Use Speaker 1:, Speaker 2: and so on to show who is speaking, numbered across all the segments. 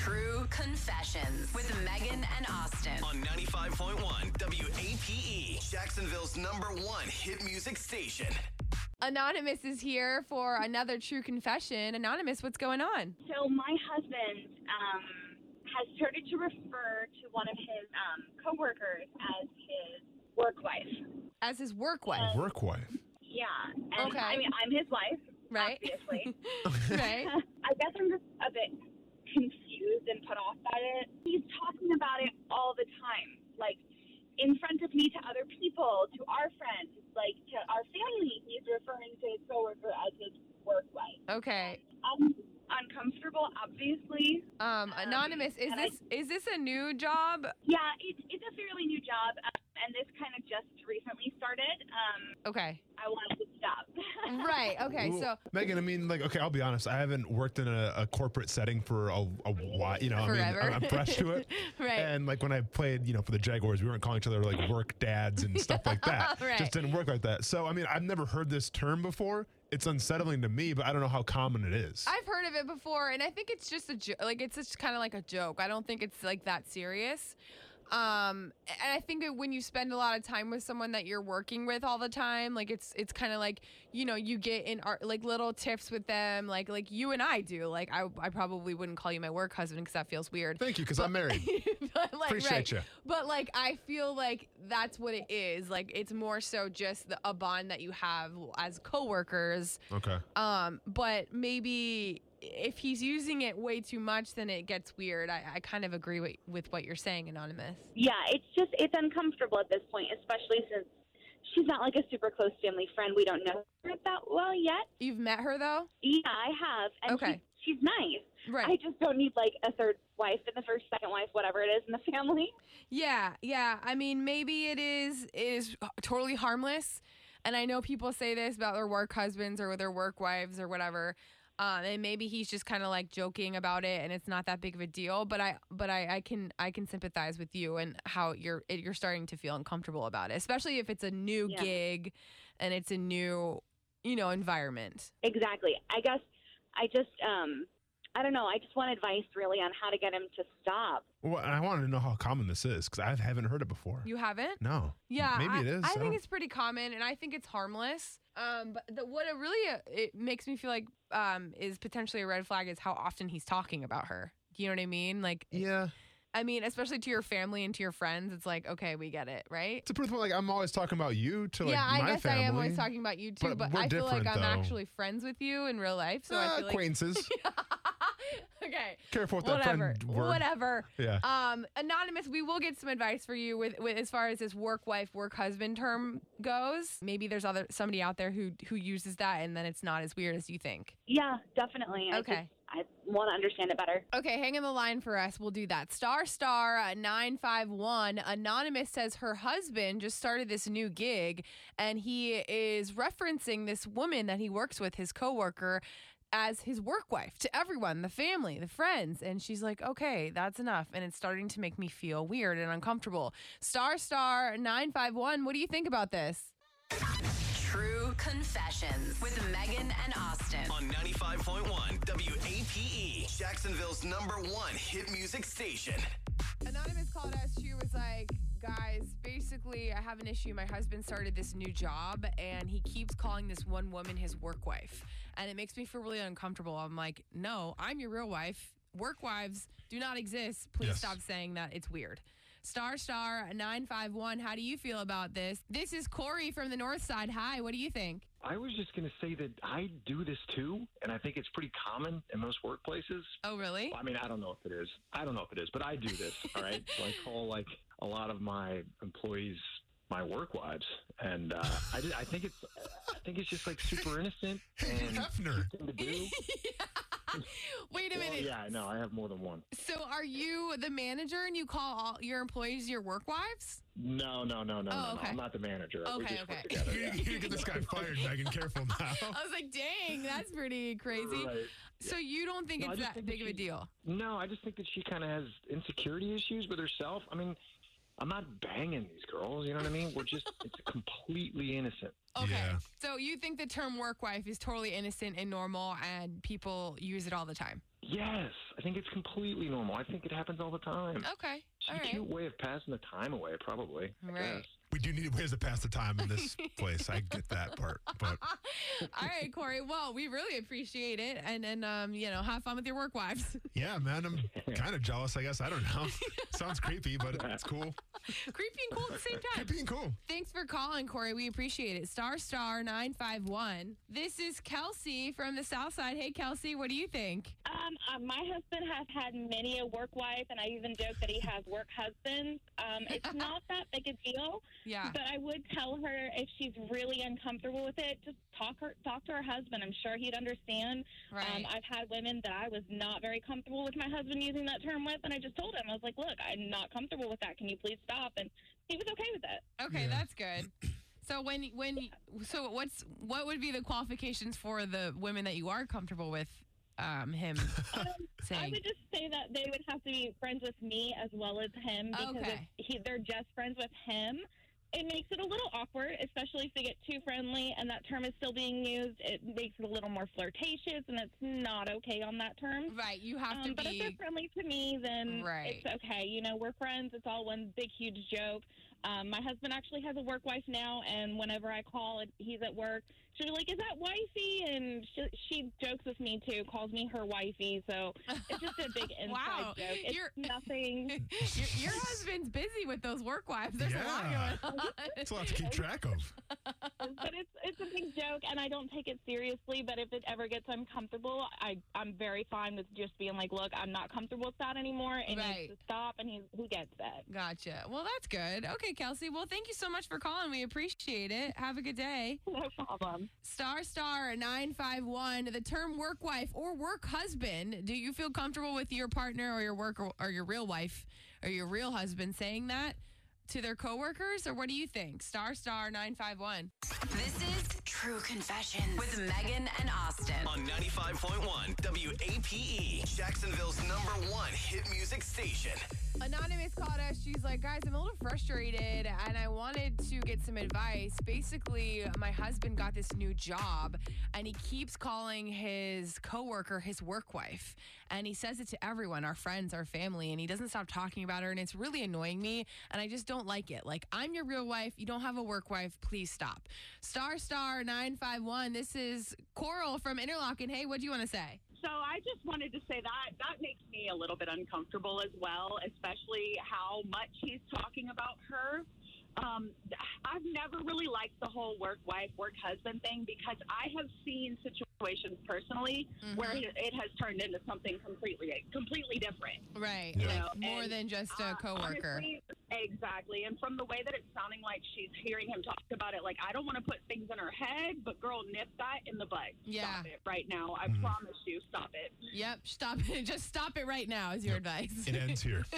Speaker 1: to Confessions with Megan and Austin.
Speaker 2: on 95.1 WAPE, E, Jacksonville's number one hit music station.
Speaker 3: Anonymous is here for another true confession. Anonymous, what's going on?
Speaker 4: So my husband um, has started to refer to one of his um, coworkers as his work wife.
Speaker 3: As his work wife,
Speaker 5: Work wife.
Speaker 4: Yeah, and
Speaker 3: Okay.
Speaker 4: I mean I'm his wife,
Speaker 3: Right.
Speaker 4: Obviously,
Speaker 3: right?
Speaker 4: I guess I'm just a bit confused and put off by it. He's talking about it all the time, like in front of me to other people, to our friends, like to our family. He's referring to his coworker as his work wife.
Speaker 3: Okay.
Speaker 4: I'm uncomfortable, obviously.
Speaker 3: Um, Anonymous, is
Speaker 4: and I-
Speaker 3: this is this a new job?
Speaker 4: Yeah, it, it's a fairly new job, um, and this kind of just recently started. Um,
Speaker 3: Okay.
Speaker 4: I wanted to stop.
Speaker 3: Right. Okay.
Speaker 5: Ooh,
Speaker 3: So
Speaker 5: Megan, I mean, like, okay, I'll be honest. I haven't worked in a, a corporate setting for a, a while. You know,
Speaker 3: Forever.
Speaker 5: I mean, I'm- I'm fresh to it.
Speaker 3: Right.
Speaker 5: And like when I played, you know, for the Jaguars, we weren't calling each other like work dads and stuff like that.
Speaker 3: Right.
Speaker 5: Just didn't work like that. So I mean, I've never heard this term before. It's unsettling to me, but I don't know how common it is.
Speaker 3: I've heard of it before, and I think it's just a jo- like it's just kind of like a joke. I don't think it's like that serious. Um, and I think that when you spend a lot of time with someone that you're working with all the time, like it's it's kind of like you know you get in our, like little tiffs with them, like like you and I do. Like I I probably wouldn't call you my work husband because that feels weird.
Speaker 5: Thank you, because I'm married.
Speaker 3: but like,
Speaker 5: Appreciate
Speaker 3: right.
Speaker 5: ya.
Speaker 3: But like, I feel like that's what it is. Like, it's more so just the, a bond that you have as coworkers.
Speaker 5: Okay.
Speaker 3: Um, but maybe if he's using it way too much, then it gets weird. I, I kind of agree with, with what you're saying, Anonymous.
Speaker 4: yeah, it's just it's uncomfortable at this point, especially since she's not like a super close family friend. We don't know her that well yet.
Speaker 3: You've met her though?
Speaker 4: Yeah, I have, and
Speaker 3: Okay.
Speaker 4: she's, she's nice.
Speaker 3: Right.
Speaker 4: I just don't need like a third wife and the first, second wife, whatever it is in the family.
Speaker 3: Yeah, yeah. I mean, maybe it is it is totally harmless. And I know people say this about their work husbands or their work wives or whatever. Um, and maybe he's just kind of like joking about it, and it's not that big of a deal. But I, but I, I can, I can sympathize with you and how you're it, you're starting to feel uncomfortable about it, especially if it's a new
Speaker 4: Yeah.
Speaker 3: gig, and it's a new, you know, environment.
Speaker 4: Exactly. I guess I just um, I don't know. I just want advice really on how to get him to stop.
Speaker 5: Well, and I wanted to know how common this is because I haven't heard it before.
Speaker 3: You haven't?
Speaker 5: no.
Speaker 3: Yeah,
Speaker 5: Maybe
Speaker 3: I,
Speaker 5: it is.
Speaker 3: I
Speaker 5: don't-
Speaker 3: think it's pretty common, and I think it's harmless. Um, but the, what it really uh, it makes me feel like um, is potentially a red flag is how often he's talking about her. Do you know what I mean? Like,
Speaker 5: Yeah.
Speaker 3: I mean, especially to your family and to your friends, it's like, okay, we get it, right?
Speaker 5: To put it point, like I'm always talking about you to like
Speaker 3: yeah, I
Speaker 5: my
Speaker 3: guess
Speaker 5: family.
Speaker 3: I am always talking about you too,
Speaker 5: But
Speaker 3: but,
Speaker 5: we're
Speaker 3: I feel like
Speaker 5: different,
Speaker 3: I'm
Speaker 5: though.
Speaker 3: actually friends with you in real life, so
Speaker 5: Ah,
Speaker 3: I feel like
Speaker 5: acquaintances.
Speaker 3: okay,
Speaker 5: Careful with that
Speaker 3: whatever,
Speaker 5: friend word.
Speaker 3: whatever.
Speaker 5: Yeah.
Speaker 3: Um, anonymous, we will get some advice for you with, with as far as this work wife, work husband term goes. Maybe there's other somebody out there who who uses that, and then it's not as weird as you think.
Speaker 4: Yeah, definitely. I
Speaker 3: Okay.
Speaker 4: just- I want to understand it better.
Speaker 3: Okay, hang in the line for us. We'll do that. Star star uh, 951 anonymous says her husband just started this new gig and he is referencing this woman that he works with his coworker as his work wife to everyone, the family, the friends, and she's like, "Okay, that's enough." And it's starting to make me feel weird and uncomfortable. Star star 951, what do you think about this?
Speaker 1: True Confessions with Megan and Austin.
Speaker 2: On 95.1 WAPE, E, Jacksonville's number one hit music station.
Speaker 3: Anonymous called us. She was like, guys, basically, I have an issue. My husband started this new job and he keeps calling this one woman his work wife. And it makes me feel really uncomfortable. I'm like, no, I'm your real wife. Work wives do not exist. Please
Speaker 5: Yes.
Speaker 3: stop saying that. It's weird. Star Star 951, how do you feel about this? This is Corey from the North Side. Hi, what do you think?
Speaker 6: I was just going to say that I do this too, and I think it's pretty common in most workplaces.
Speaker 3: Oh, really?
Speaker 6: I mean, I don't know if it is. I don't know if it is, but I do this. all right, so I call like a lot of my employees my work wives, and uh, I, just, I think it's I think it's just like super innocent and
Speaker 5: Hefner.
Speaker 6: thing to do.
Speaker 3: Wait a
Speaker 6: Well,
Speaker 3: minute.
Speaker 6: yeah, I know. I have more than one.
Speaker 3: So, are you the manager and you call all your employees your work wives?
Speaker 6: No, no, no, no,
Speaker 3: Oh,
Speaker 6: no, no.
Speaker 3: okay.
Speaker 6: I'm not the manager. we
Speaker 3: Okay,
Speaker 6: just
Speaker 3: okay.
Speaker 6: work together.
Speaker 5: You're gonna get this guy fired, Megan. Careful now.
Speaker 3: I was like, dang, that's pretty crazy.
Speaker 6: Oh. Right.
Speaker 3: So you don't think
Speaker 6: No, I
Speaker 3: it's
Speaker 6: just
Speaker 3: that
Speaker 6: think
Speaker 3: big of a
Speaker 6: she-
Speaker 3: deal?
Speaker 6: No, I just think that she kind of has insecurity issues with herself. I mean, I'm not banging these girls. You know what I mean? We're just, it's completely innocent.
Speaker 3: Okay.
Speaker 5: Yeah.
Speaker 3: So you think the term work wife is totally innocent and normal and people use it all the time?
Speaker 6: Yes, I think it's completely normal. I think it happens all the time.
Speaker 3: Okay.
Speaker 6: It's
Speaker 3: Oh, All
Speaker 6: a
Speaker 3: right.
Speaker 6: cute way of passing the time away, probably. I
Speaker 3: Right.
Speaker 6: guess.
Speaker 5: We do need ways to pass the time in this place. I get that part, but
Speaker 3: All right, Corey. Well, we really appreciate it, and and um, you know, have fun with your work wives.
Speaker 5: yeah, man, I'm kind of jealous. I guess I don't know. Sounds creepy, but it's cool.
Speaker 3: Creepy and cool at the same time.
Speaker 5: Being cool.
Speaker 3: Thanks for calling, Corey. We appreciate it. Star Star nine five one. This is Kelsey from the South Side. Hey, Kelsey, what do you think?
Speaker 7: Um, uh, my husband has had many a work wife, and I even joke that he has work husbands. Um, it's not that big a deal,
Speaker 3: Yeah.
Speaker 7: but I would tell her if she's really uncomfortable with it, just talk her talk to her husband. I'm sure he'd understand. Um,
Speaker 3: Right.
Speaker 7: I've had women that I was not very comfortable with my husband using that term with, and I just told him I was like, "Look, I'm not comfortable with that. Can you please stop?" And he was okay with it.
Speaker 3: okay,
Speaker 5: Yeah.
Speaker 3: that's good. So when when so what's what would be the qualifications for the women that you are comfortable with? Um, him
Speaker 7: I
Speaker 3: saying
Speaker 7: would just say that they would have to be friends with me as well as him because
Speaker 3: Okay.
Speaker 7: if he, they're just friends with him, it makes it a little awkward, especially if they get too friendly and that term is still being used. It makes it a little more flirtatious, and it's not okay on that term.
Speaker 3: right. You have
Speaker 7: Um,
Speaker 3: to
Speaker 7: but if they're
Speaker 3: be
Speaker 7: friendly to me, then
Speaker 3: Right.
Speaker 7: it's okay. You know, we're friends. It's all one big, huge joke. Um, my husband actually has a work wife now, and whenever I call and he's at work, she'll be like, "Is that wifey?" And she, she jokes with me too, calls me her wifey. So it's just a big inside
Speaker 3: Wow.
Speaker 7: joke. It's
Speaker 3: You're-
Speaker 7: nothing.
Speaker 3: your, your husband's busy with those work wives. There's
Speaker 5: Yeah.
Speaker 3: a lot going on.
Speaker 5: It's a lot to keep track of.
Speaker 7: but it's it's a big joke, and I don't take it seriously. But if it ever gets uncomfortable, I I'm very fine with just being like, "Look, I'm not comfortable with that anymore." It
Speaker 3: Right.
Speaker 7: needs to stop, and he he gets that.
Speaker 3: Gotcha. Well, that's good. Okay, Kelsey. Well, thank you so much for calling. We appreciate it. Have a good day.
Speaker 7: No problem.
Speaker 3: Star Star 951, the term work wife or work husband. Do you feel comfortable with your partner or your work or, or your real wife or your real husband saying that to their coworkers? Or what do you think? Star Star 951.
Speaker 1: This is True Confessions with Megan and Austin.
Speaker 2: On 95.1 WAPE, E, Jacksonville's number one hit music station.
Speaker 3: Anonymous called us. She's like, guys, I'm a little frustrated and I wanted to get some advice. Basically, my husband got this new job and he keeps calling his coworker his work wife. And he says it to everyone, our friends, our family, and he doesn't stop talking about her. And it's really annoying me. And I just don't like it. Like, I'm your real wife. You don't have a work wife. Please stop. Star Star 951. This is Coral from Interlochen. Hey, what do you want to say?
Speaker 8: So I just wanted to say that that makes me a little bit uncomfortable as well, especially how much he's talking about her. Um, I've never really liked the whole work wife, work husband thing because I have seen situations personally
Speaker 3: Mm-hmm.
Speaker 8: where it it has turned into something completely completely different.
Speaker 3: Right.
Speaker 5: Yeah.
Speaker 3: Like, more
Speaker 8: And,
Speaker 3: than just a
Speaker 8: Uh,
Speaker 3: coworker.
Speaker 8: honestly, exactly. And from the way that it's sounding like she's hearing him talk about it, like, I don't want to put things in her head, but girl, nip that in the butt.
Speaker 3: Yeah. Mm-hmm.
Speaker 8: Stop it right now. I
Speaker 5: Mhm.
Speaker 8: promise you, stop it.
Speaker 3: Yep. Stop it. Just stop it right now is your advice.
Speaker 5: It ends here.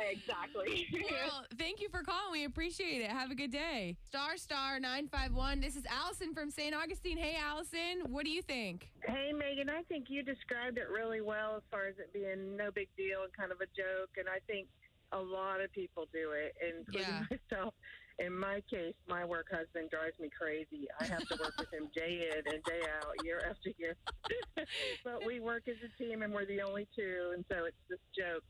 Speaker 8: Exactly.
Speaker 3: Well, thank you for calling. We appreciate it. Have a good day. Star Star 951. This is Allison from St. Augustine. Hey, Allison, what do you think?
Speaker 9: Hey, Megan, I think you described it really well as far as it being no big deal and kind of a joke. And I think a lot of people do it, including
Speaker 3: Yeah.
Speaker 9: myself. In my case, my work husband drives me crazy. I have to work with him day in and day out, year after year. but we work as a team, and we're the only two, and so it's this joke.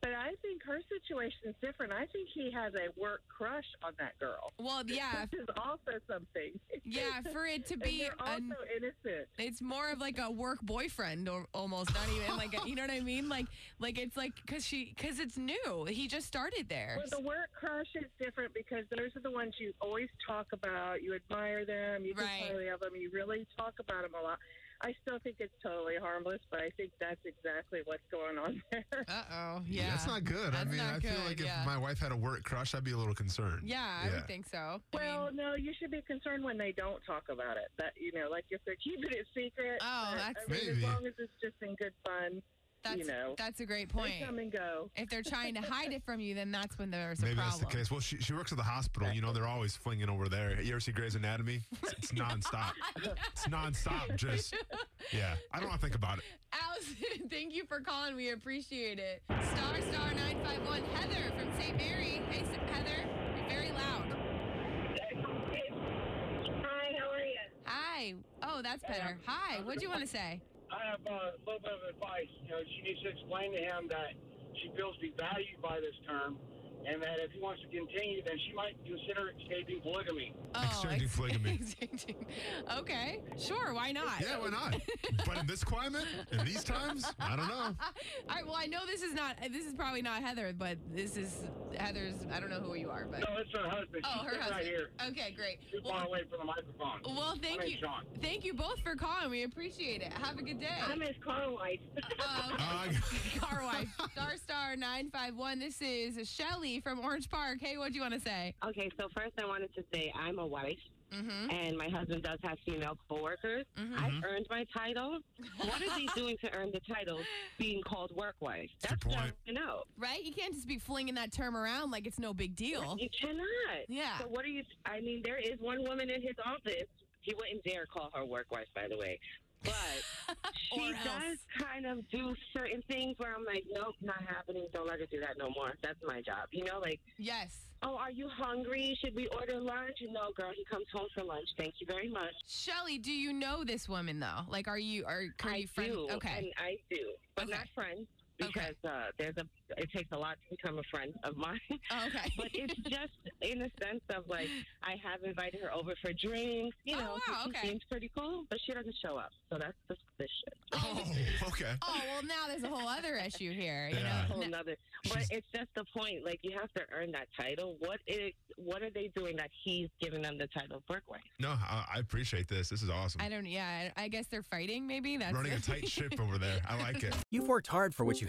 Speaker 9: But I think her situation's different. I think he has a work crush on that girl,
Speaker 3: Well, yeah.
Speaker 9: which is also something.
Speaker 3: Yeah, for it to
Speaker 9: And
Speaker 3: be
Speaker 9: they're also
Speaker 3: an-
Speaker 9: innocent.
Speaker 3: It's more of like a work boyfriend or almost not even like a, you know what I mean? Like like it's like cuz she cuz it's new. He just started there.
Speaker 9: Well, the work crush is different because those are the ones you always talk about. You admire them. You
Speaker 3: Right.
Speaker 9: think highly of them. You really talk about them a lot. I still think it's totally harmless, but I think that's exactly what's going on there.
Speaker 3: Uh-oh. Yeah.
Speaker 5: That's not good. I
Speaker 3: That's
Speaker 5: mean,
Speaker 3: not
Speaker 5: I feel
Speaker 3: good,
Speaker 5: like if
Speaker 3: yeah.
Speaker 5: my wife had a work crush, I'd be a little concerned.
Speaker 3: yeah, I
Speaker 5: Yeah.
Speaker 3: would think so. I mean-
Speaker 9: Well, no, you should be concerned when they don't talk about it. That you know, like if they're keeping it secret.
Speaker 3: Oh,
Speaker 9: but,
Speaker 3: that's-
Speaker 9: I mean,
Speaker 5: Maybe.
Speaker 9: as long as it's just in good fun,
Speaker 3: that's
Speaker 9: you know,
Speaker 3: that's a great
Speaker 9: they come
Speaker 3: point.
Speaker 9: and go.
Speaker 3: If they're trying to hide it from you, then that's when there's a
Speaker 5: Maybe
Speaker 3: problem.
Speaker 5: that's the case. Well, she, she works at the hospital. You know, they're always flinging over there. You ever see Grey's Anatomy? It's, it's nonstop. It's nonstop. Just, yeah. I don't want to think about it.
Speaker 3: Allison, thank you for calling. We appreciate it. Star Star 951, Heather from St. Mary. Hey, S- Heather, you're very loud.
Speaker 10: Hi, how are you?
Speaker 3: Hi. Oh, that's better. Hi, what do you want to say?
Speaker 9: I have uh, a little bit of advice. You know, she needs to explain to him that she feels devalued by this term, and that if he wants to continue, then she might consider escaping polygamy.
Speaker 5: Exchanging
Speaker 3: ex-
Speaker 5: polygamy.
Speaker 3: Oh, exchanging. Okay, sure. Why not?
Speaker 5: Yeah, why not? but in this climate, in these times, I don't know.
Speaker 3: All right. Well, I know this is not. This is probably not Heather, but this is Heather's. I don't know who you are, but
Speaker 9: No, it's her husband.
Speaker 3: oh, her
Speaker 9: She's sitting
Speaker 3: husband.
Speaker 9: right here,
Speaker 3: Okay, great.
Speaker 9: too far
Speaker 3: Well,
Speaker 9: away from the microphone.
Speaker 3: well,
Speaker 9: My
Speaker 3: thank you.
Speaker 9: name's Sean.
Speaker 3: Thank you both for calling. We appreciate it. Have a good day.
Speaker 7: I'm his car wife.
Speaker 3: Uh,
Speaker 5: Uh,
Speaker 3: Car wife, star star nine five one. This is Shelly from Orange Park. Hey, what do you want to say?
Speaker 7: okay, so first I wanted to say I'm a wife,
Speaker 3: Mm-hmm.
Speaker 7: and my husband does have female coworkers.
Speaker 3: Mhm.
Speaker 5: Mm-hmm.
Speaker 7: I've earned my title. What is he doing to earn the title being called work wife?
Speaker 5: That's a
Speaker 7: That's
Speaker 5: good
Speaker 7: not
Speaker 5: point.
Speaker 7: to know.
Speaker 3: Right? You can't just be flinging that term around like it's no big deal.
Speaker 7: You cannot.
Speaker 3: Oh. Yeah.
Speaker 7: So what are you? I mean, there is one woman in his office. He wouldn't dare call her work wife, by the way. But she
Speaker 3: Or
Speaker 7: does
Speaker 3: else.
Speaker 7: kind of do certain things where I'm like, nope, not happening. Don't let her do that no more. That's my job. You know, like,
Speaker 3: Yes.
Speaker 7: oh, are you hungry? Should we order lunch? No, girl, he comes home for lunch. Thank you very much.
Speaker 3: Shelly, do you know this woman though? Like, are you are, are
Speaker 7: I
Speaker 3: you friends?
Speaker 7: do.
Speaker 3: Okay.
Speaker 7: And I do, but
Speaker 3: Okay.
Speaker 7: not friends
Speaker 3: Okay.
Speaker 7: because uh, there's a. It takes a lot to become a friend of mine.
Speaker 3: Oh, okay.
Speaker 7: but it's just in the sense of like I have invited her over for drinks, you
Speaker 3: Oh,
Speaker 7: know,
Speaker 3: wow,
Speaker 7: 'cause she
Speaker 3: okay.
Speaker 7: seems pretty cool, but she doesn't show up. So that's suspicious.
Speaker 5: oh, okay.
Speaker 3: oh well, now there's a whole other issue here. You
Speaker 5: Yeah.
Speaker 3: know.
Speaker 7: Whole nother, but
Speaker 5: She's-
Speaker 7: it's just the point. Like you have to earn that title. What is? What are they doing that he's giving them the title of work wife?
Speaker 5: No, I, I appreciate this. This is awesome.
Speaker 3: I don't. Yeah. I I guess they're fighting. Maybe that's
Speaker 5: Running a tight ship over there. I like it.
Speaker 11: You've worked hard for what you